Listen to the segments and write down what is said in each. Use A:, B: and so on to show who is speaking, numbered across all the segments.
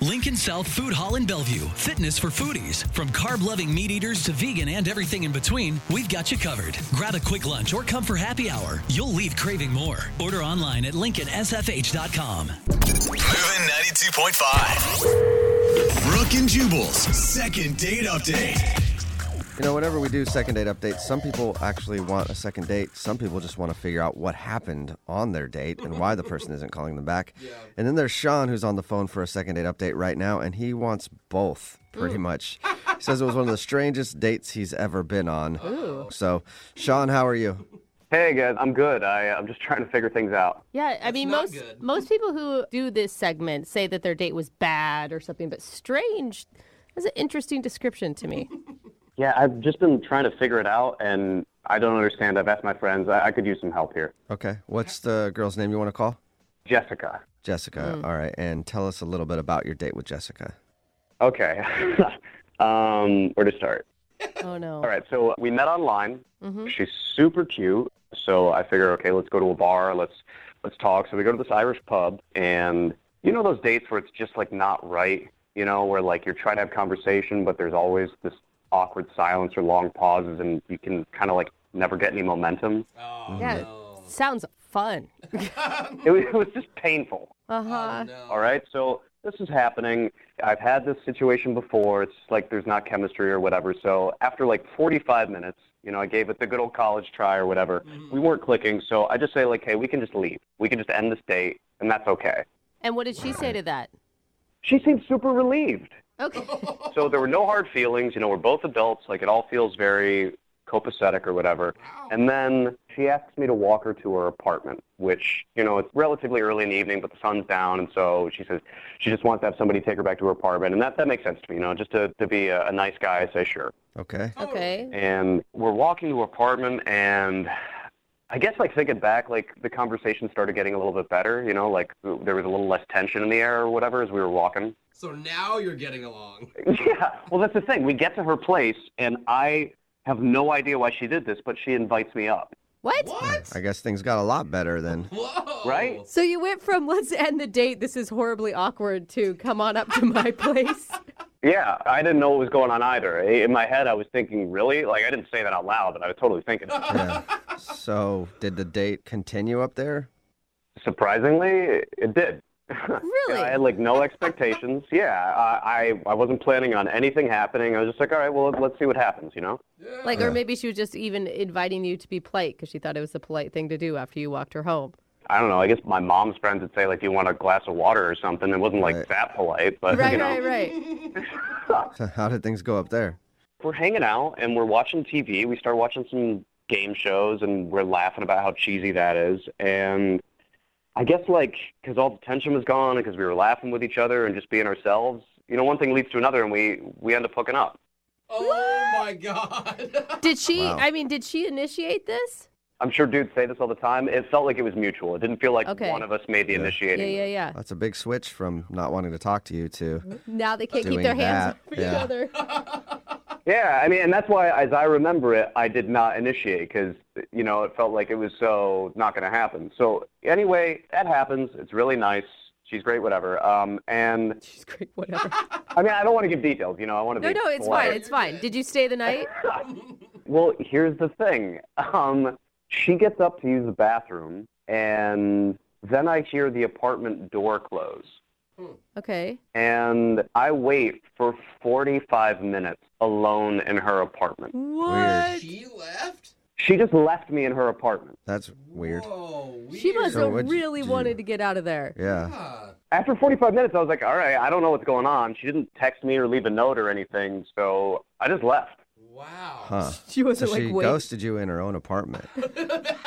A: Lincoln South Food Hall in Bellevue. Fitness for foodies. From carb loving meat eaters to vegan and everything in between, we've got you covered. Grab a quick lunch or come for happy hour. You'll leave craving more. Order online at LincolnSFH.com.
B: Moving 92.5. Brooke and Jubal's second date update.
C: You know, whenever we do second date updates, some people actually want a second date. Some people just want to figure out what happened on their date and why the person isn't calling them back. And then there's Sean, who's on the phone for a second date update right now, and he wants both, pretty much. He says it was one of the strangest dates he's ever been on. So, Sean, how are you?
D: Hey guys, I'm good. I, I'm just trying to figure things out.
E: Yeah, I mean most most people who do this segment say that their date was bad or something, but strange is an interesting description to me.
D: Yeah, I've just been trying to figure it out, and I don't understand. I've asked my friends. I, I could use some help here.
C: Okay. What's the girl's name you want to call?
D: Jessica.
C: Jessica. All right. And tell us a little bit about your date with Jessica.
D: Okay. um, where to start?
E: Oh no.
D: All right. So we met online. She's super cute. So I figure, okay, let's go to a bar. Let's let's talk. So we go to this Irish pub, and you know those dates where it's just like not right. You know, where like you're trying to have conversation, but there's always this awkward silence or long pauses, and you can kind of like never get any momentum.
E: yeah, it sounds fun.
D: It was, it was just painful.
E: Uh huh.
D: All right, so this is happening. I've had this situation before. It's just like there's not chemistry or whatever. So after like 45 minutes, you know, I gave it the good old college try or whatever. We weren't clicking, so I just say like, hey, we can just leave. We can just end this date, and that's okay.
E: And what did she say to that?
D: She seemed super relieved.
E: Okay.
D: So there were no hard feelings. You know, we're both adults. Like it all feels very copacetic or whatever. And then she asks me to walk her to her apartment, which, you know, it's relatively early in the evening, but the sun's down. And so she says she just wants to have somebody take her back to her apartment. And that, that makes sense to me, you know, just to, to be a, a nice guy, I say sure.
C: Okay.
E: Okay.
D: And we're walking to her apartment and I guess like thinking back, like the conversation started getting a little bit better, you know, like there was a little less tension in the air or whatever as we were walking.
F: So now you're getting along.
D: Yeah. Well, that's the thing. We get to her place, and I have no idea why she did this, but she invites me up.
E: What?
F: What?
C: I guess things got a lot better then.
F: Whoa.
D: Right?
E: So you went from let's end the date, this is horribly awkward, to come on up to my place.
D: Yeah. I didn't know what was going on either. I- In my head, I was thinking, really? Like, I didn't say that out loud, but I was totally thinking. it.
C: Yeah. So, did the date continue up there?
D: Surprisingly, it did.
E: Really?
D: I had like no expectations. Yeah. I, I I wasn't planning on anything happening. I was just like, all right, well, let's see what happens, you know?
E: Like, or maybe she was just even inviting you to be polite because she thought it was the polite thing to do after you walked her home.
D: I don't know. I guess my mom's friends would say, like, do you want a glass of water or something? It wasn't like
C: Right.
D: that polite, but you
E: Right,
D: know.
E: right, right.
C: So how did things go up there?
D: we're hanging out and we're watching TV. We start watching some game shows and we're laughing about how cheesy that is. And I guess like because all the tension was gone and because we were laughing with each other and just being ourselves, you know, one thing leads to another and we we end up hooking up.
F: Oh my god.
E: Did she?
C: Wow.
E: I mean, did she initiate this?
D: I'm sure dudes say this all the time. It felt like it was mutual. It didn't feel like
E: Okay.
D: one of us made the
E: Yeah,
D: initiating.
E: yeah, yeah.
C: That's a big switch from not wanting to talk to you to
E: Now they can't
C: doing
E: keep their hands
C: that.
E: off each
C: yeah.
E: other.
D: Yeah, I mean, and that's why, as I remember it, I did not initiate because, you know, it felt like it was so not going to happen. So, anyway, that happens. It's really nice. She's great, whatever. Um, and
E: She's great, whatever.
D: I mean, I don't want to give details, you know, I want to
E: No,
D: be.
E: no, it's
D: polite.
E: fine. It's fine. Did you stay the night?
D: Well, here's the thing. Um, she gets up to use the bathroom, and then I hear the apartment door close.
E: Okay.
D: And I wait for 45 minutes alone in her apartment.
C: weird.
F: she left?
D: She just left me in her apartment.
C: That's weird.
F: Whoa. Weird.
E: She must
C: So
E: have
C: what'd you
E: really
C: do?
E: wanted to get out of there.
C: Yeah.
F: Yeah.
D: after 45 minutes, I was like, all right, I don't know what's going on. She didn't text me or leave a note or anything, so I just left,
F: Wow.
C: Huh.
E: She
C: So
E: wasn't
C: she
E: like, wait.
C: ghosted you in her own apartment.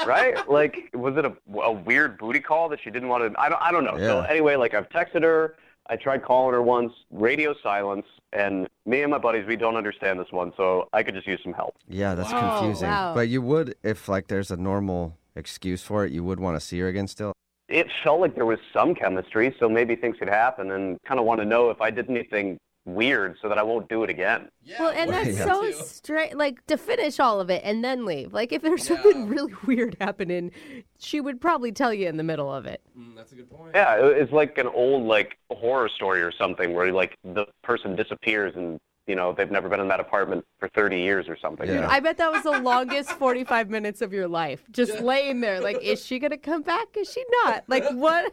D: right? like, was it a, a weird booty call that she didn't want to? I don't, I don't know. So
C: Yeah.
D: anyway, like, I've texted her. I tried calling her once, radio silence, and me and my buddies, we don't understand this one, so I could just use some help.
C: Yeah, that's
E: Wow.
C: confusing.
E: Wow.
C: But you would, if like there's a normal excuse for it, you would want to see her again still.
D: It felt like there was some chemistry, so maybe things could happen, and kind of want to know if I did anything weird so that I won't do it again.
E: well, and
C: well,
E: that's
C: yeah.
E: so
F: too.
E: straight. Like to finish all of it and then leave. Like if there's something really weird happening, she would probably tell you in the middle of it.
F: Mm, that's a good point.
D: Yeah, it- it's like an old like horror story or something where like the person disappears and you know they've never been in that apartment for 30 years or something. you
C: Yeah.
D: know?
E: I bet that was the longest 45 minutes of your life, just laying there. Like, is she gonna come back? Is she not? Like, what?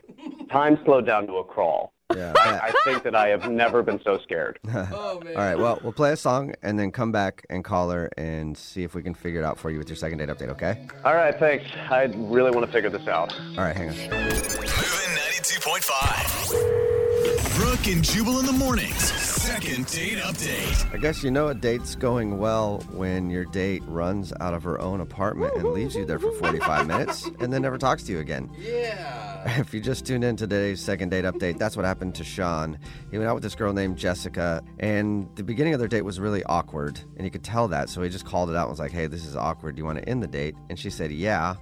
D: Time slowed down to a crawl.
C: Yeah.
D: I think that I have never been so scared.
F: Oh man.
C: All right. Well, we'll play a song and then come back and call her and see if we can figure it out for you with your second date update. Okay.
D: All right, thanks. I really want to figure this out.
C: All right. Hang on.
B: Moving 92.5. Brooke and Jubal in the mornings. Second date update.
C: I guess you know a date's going well when your date runs out of her own apartment and leaves you there for 45 minutes and then never talks to you again.
F: Yeah.
C: If you just tuned in to today's second date update, that's what happened to Sean. He went out with this girl named Jessica, and the beginning of their date was really awkward, and he could tell that. So he just called it out and was like, Hey, this is awkward. Do you want to end the date? And she said, Yeah.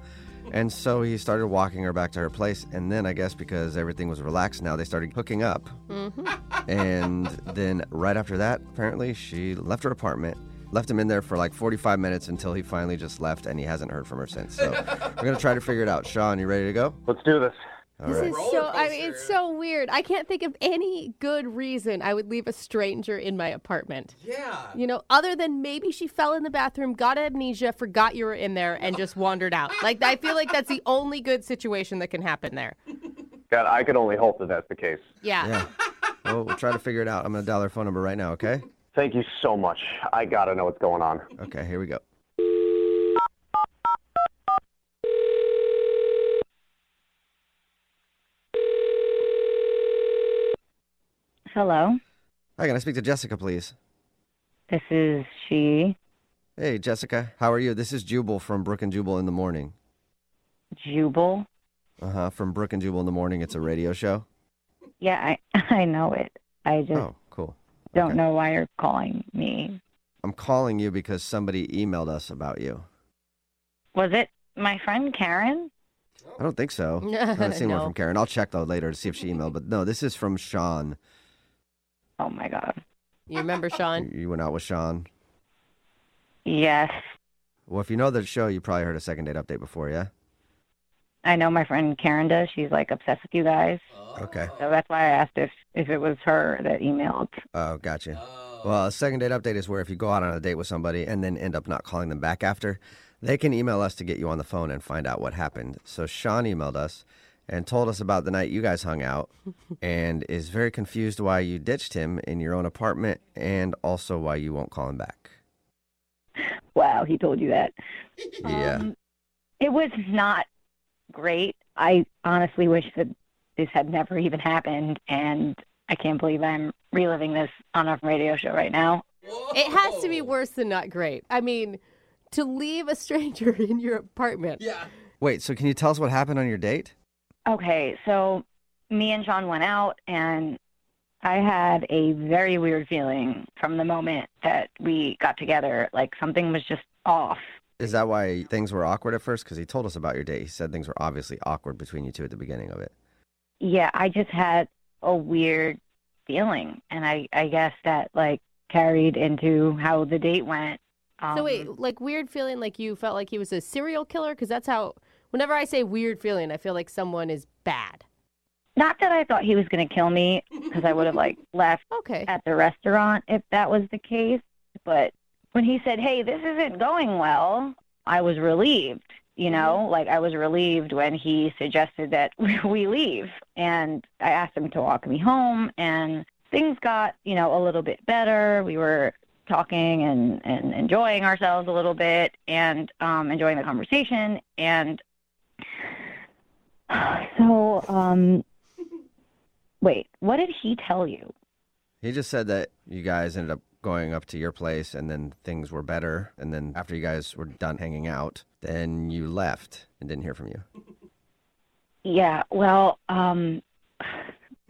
C: And so he started walking her back to her place. And then I guess because everything was relaxed now, they started hooking up. and then right after that, apparently, she left her apartment. Left him in there for like 45 minutes until he finally just left, and he hasn't heard from her since. So we're gonna try to figure it out. Sean, you ready to go?
D: Let's do this.
C: All
E: This
C: right.
E: is so. I mean, it's so weird. I can't think of any good reason I would leave a stranger in my apartment.
F: Yeah.
E: You know, other than maybe she fell in the bathroom, got amnesia, forgot you were in there, and just wandered out. Like, I feel like that's the only good situation that can happen there.
D: God, I could only hope that that's the case.
E: Yeah.
C: Yeah. Well, we'll try to figure it out. I'm going to dial their phone number right now, okay?
D: Thank you so much. I gotta know what's going on.
C: Okay, here we go.
G: Hello,
C: Hi, can I speak to Jessica, please?
G: this is she,
C: Hey, Jessica. How are you? This is Jubal from Brook and Jubal in the Morning.
G: Jubal.
C: Uh huh. From Brook and Jubal in the Morning. It's a radio show.
G: Yeah, I I know it. I just
C: Oh, cool.
G: don't
C: okay.
G: know why you're calling me.
C: I'm calling you because somebody emailed us about you.
G: Was it my friend Karen?
C: I don't think so. I haven't seen one
E: No.
C: from Karen. I'll check though later to see if she emailed. But no, this is from Sean.
G: Oh my god.
E: You remember, Sean?
C: You went out with Sean.
G: Yes,
C: Well, if you know the show, you probably heard a second date update before, yeah?
G: I know my friend Karen does. She's like obsessed with you guys,
C: Okay.
G: so that's why I asked if if it was her that emailed.
C: Oh, gotcha. Well, a second date update is where if you go out on a date with somebody and then end up not calling them back after, they can email us to get you on the phone and find out what happened. So Sean emailed us and told us about the night you guys hung out and is very confused why you ditched him in your own apartment and also why you won't call him back.
G: Wow, he told you that.
C: Yeah.
G: Um, it was not great. I honestly wish that this had never even happened, and I can't believe I'm reliving this on a radio show right now.
E: It has to be worse than not great. I mean, to leave a stranger in your apartment.
F: Yeah.
C: Wait, so can you tell us what happened on your date?
G: Okay, so me and Sean went out, and I had a very weird feeling from the moment that we got together. Like something was just off.
C: Is that why things were awkward at first? Because he told us about your date. He said things were obviously awkward between you two at the beginning of it.
G: Yeah, I just had a weird feeling, and I I guess that like carried into how the date went. Um,
E: So
F: Uh-huh.
E: wait, like weird feeling like you felt like he was a serial killer because that's how. Whenever I say weird feeling, I feel like someone is bad.
G: Not that I thought he was going to kill me because I would have like left
E: Okay.
G: at the restaurant if that was the case, but when he said, "Hey, this isn't going well," I was relieved, you know? Like I was relieved when he suggested that we leave and I asked him to walk me home and things got, you know, a little bit better. We were talking and and enjoying ourselves a little bit and um enjoying the conversation and so um wait, what did he tell you?
C: He just said that you guys ended up going up to your place and then things were better. And then after you guys were done hanging out, then you left and didn't hear from you.
G: Yeah, well, um,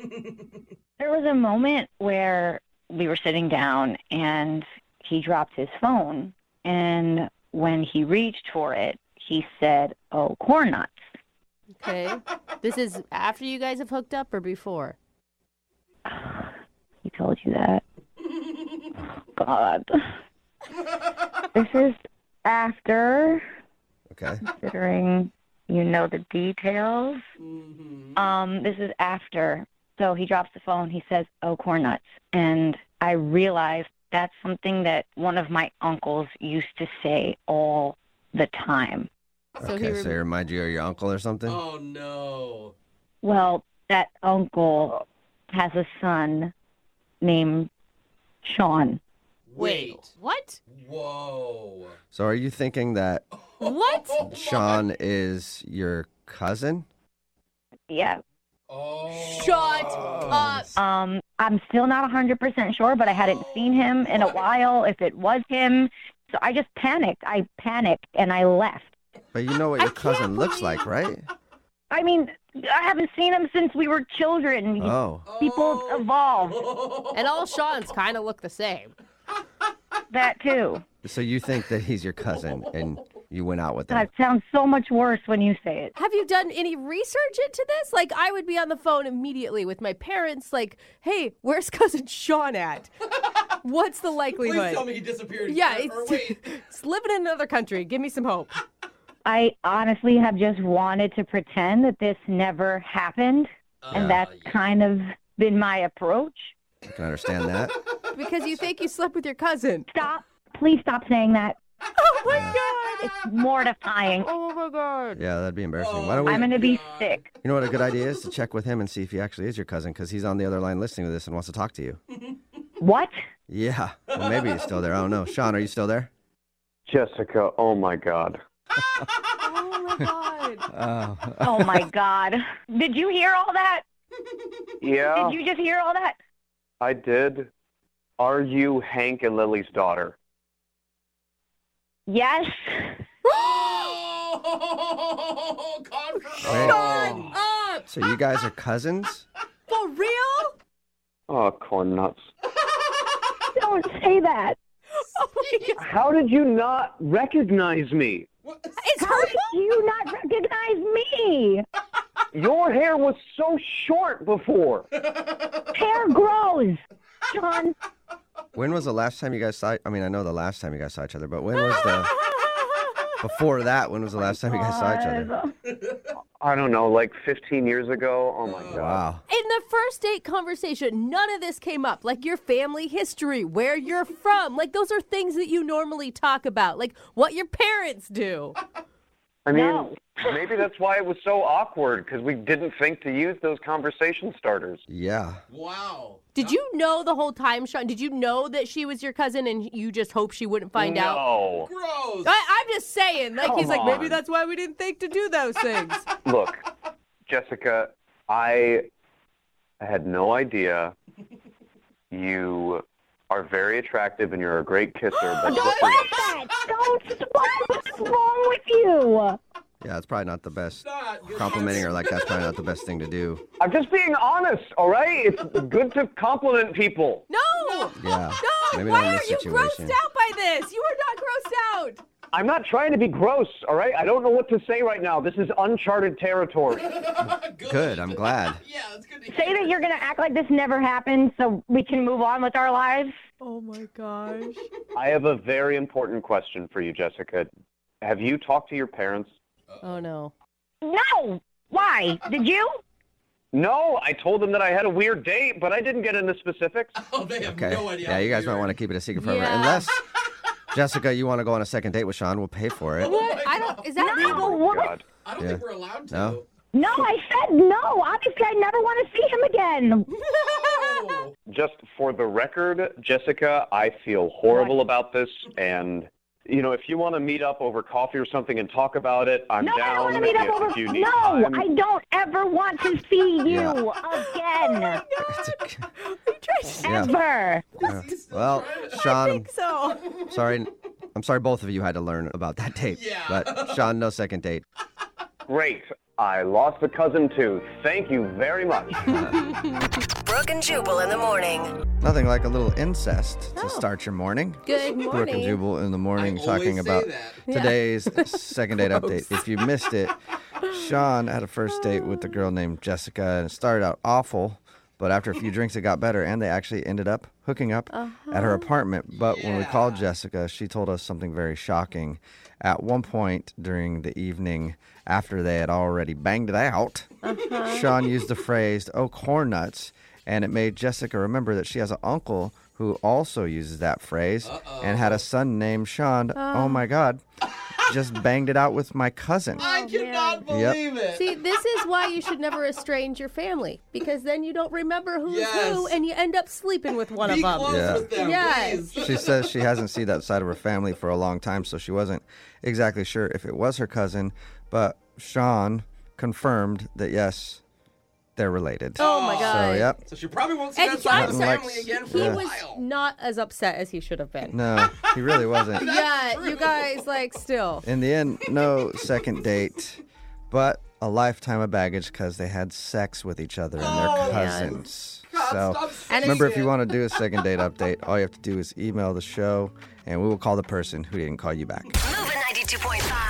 G: there was a moment where we were sitting down and he dropped his phone. And when he reached for it, he said, Oh, corn nuts.
E: Okay. this is after you guys have hooked up or before?
G: He told you that. Oh, God. this is after
C: Okay.
G: considering you know the details. Um, this is after. So he drops the phone. He says, "Oh, corn nuts," and I realized that's something that one of my uncles used to say all the time.
E: So
C: okay.
E: he
C: so
E: rem-
C: he remind you of your uncle or something?
F: Oh no.
G: Well, that uncle has a son named Sean.
F: Wait.
E: What?
F: Whoa.
C: So are you thinking that
E: What?
F: Oh, my-
C: Sean is your cousin?
G: Yeah.
F: Oh.
E: Shut up.
G: Um, I'm still not 100% sure, but I hadn't seen him in a while. If it was him, so I just panicked. I panicked and I left.
C: But you know what your cousin looks like, right?
G: I mean, I haven't seen him since we were children.
C: Oh.
G: People
F: Oh.
G: evolve.
E: And all Sean's kind of look the same.
G: That too.
C: So you think that he's your cousin and you went out with him?
G: That sounds so much worse when you say it.
E: Have you done any research into this? Like, I would be on the phone immediately with my parents, like, hey, where's cousin Sean at? What's the
F: Please
E: likelihood?
F: tell me he disappeared.
E: yeah,
F: Or- or
E: it's,
F: wait.
E: it's living in another country. Give me some hope.
G: I honestly have just wanted to pretend that this never happened, and that's kind of been my approach.
C: I can understand that.
E: Because you think you slept with your cousin.
G: Stop. Please stop saying that.
E: Oh my God.
G: It's mortifying.
E: Oh my God.
C: Yeah, that'd be embarrassing. Why don't we?
G: I'm going to be sick.
C: You know what a good idea is to check with him and see if he actually is your cousin because he's on the other line listening to this and wants to talk to you.
G: What?
C: Yeah. Well, maybe he's still there. I don't know. Sean, are you still there?
D: Jessica, oh my God.
E: Oh my God.
C: Oh.
G: Oh my God. Did you hear all that?
D: Yeah,
G: Did you just hear all that?
D: I did. Are you Hank and Lily's daughter?
G: Yes.
F: Oh,
C: Wait.
F: confirmation.
E: Uh,
C: So you guys are cousins?
E: for real?
D: Oh, corn nuts.
G: Don't say that.
E: Oh my God.
D: How did you not recognize me?
F: What?
E: It's
G: How
E: her.
G: did you not recognize me?
D: Your hair was so short before.
G: Hair grows. John,
C: When was the last time you guys saw? I mean, I know the last time you guys saw each other, but when was the before that? When was the last time you guys saw each other?
D: I don't know, like 15 years ago. Oh my God.
C: Wow.
E: In the first date conversation, none of this came up. Like your family history, where you're from. Like those are things that you normally talk about. Like what your parents do.
D: I mean,
G: No.
D: maybe that's why it was so awkward because we didn't think to use those conversation starters.
C: Yeah.
F: Wow.
E: Did you know the whole time, Sean? Did you know that she was your cousin and you just hope she wouldn't find out?
D: no.
F: Gross.
E: I, I'm just saying. Like he's
D: Come
E: like, maybe
D: on.
E: that's why we didn't think to do those things.
D: Look, Jessica, I, I had no idea. You are very attractive and you're a great kisser. But
G: don't like that. Don't. What's wrong with you?
C: Yeah, it's probably not the best.
F: Not good.
C: Complimenting her like that's probably not the best thing to do.
D: I'm just being honest, all right? It's good to compliment people.
E: No.
C: Yeah.
E: No,
C: Maybe not
E: why
C: in
E: are
C: this
E: you
C: situation.
E: grossed out by this? You are not grossed out.
D: I'm not trying to be gross, all right? I don't know what to say right now. This is uncharted territory.
C: Good. I'm glad.
F: Yeah, that's good to
G: Say
F: hear.
G: that you're going to act like this never happened so we can move on with our lives.
E: Oh my gosh.
D: I have a very important question for you, Jessica. Have you talked to your parents?
E: Oh no.
G: No. Why? Did you?
D: No, I told them that I had a weird date, but I didn't get into specifics.
F: Oh, they have
C: Okay.
F: no idea.
C: yeah, you guys might want to keep it a secret forever.
E: Yeah.
C: Unless, Jessica, you want to go on a second date with Sean, we'll pay for it.
E: What? I don't. Is that
G: No.
E: legal?
G: What?
D: Oh, God.
F: I don't think we're allowed to.
C: No?
G: No, I said no. Obviously, I never want to see him again.
F: Oh.
D: Just for the record, Jessica, I
G: Oh,
D: feel horrible about this. And, you know, if you want to meet up over coffee or something and talk about it, I'm
G: No, I
D: down.
G: don't want to meet up
D: If
G: over.
D: you need
G: No,
D: time-
G: I don't ever want to see you
C: Yeah.
G: again.
C: It's okay. Yeah.
G: Ever.
C: yeah.
F: He's still
C: Well,
F: trying to-
C: Sean, I'm
E: So.
C: sorry. I'm sorry both of you had to learn about that date.
F: Yeah.
C: But Sean, no second date.
D: Great. I lost a cousin too. Thank you very much.
H: Brooke and Jubal in the morning.
C: Nothing like a little incest to
E: Oh.
C: start your morning.
E: Good
C: Brooke and
E: morning.
C: Jubal in the
F: I
C: morning
F: always
C: talking
F: say
C: about
F: that.
C: today's second date update. If you missed it, Sean had a first date with a girl named Jessica and it started out awful, But after a few drinks, it got better, and they actually ended up hooking up at her apartment. But when we called Jessica, she told us something very shocking. At one point during the evening, after they had already banged it out, Sean used the phrase, oh, corn nuts. And it made Jessica remember that she has an uncle who also uses that phrase and had a son named Sean. oh
E: Uh.
C: my God, just banged it out with my cousin.
F: I cannot
C: Yep.
F: believe it.
E: Oh, See, this is why you should never estrange your family because then you don't remember who's who
F: Yes.
E: and you end up sleeping with one
F: Be
E: of
F: close
E: them.
C: Yeah.
F: with them,
E: Yes.
F: please.
C: She says she hasn't seen that side of her family for a long time, so she wasn't exactly sure if it was her cousin. But Sean confirmed that yes, they're related.
E: Oh my
C: So,
E: god.
C: yep.
F: So she probably won't see
E: And
F: that
E: he,
F: side
E: I'm
F: of the
E: sorry,
C: Like,
F: family again for
E: he
F: a
C: yeah.
E: was
F: while.
E: not as upset as he should have been.
C: No, he really wasn't.
E: yeah,
F: true.
E: you guys like still.
C: In the end, no second date, but a lifetime of baggage because they had sex with each other and
F: Oh,
C: their cousins.
F: God, stop
C: so
F: saying
C: remember, if you
F: it.
C: want to do a second date update, all you have to do is email the show, and we will call the person who didn't call you back.
H: Moving 92.5.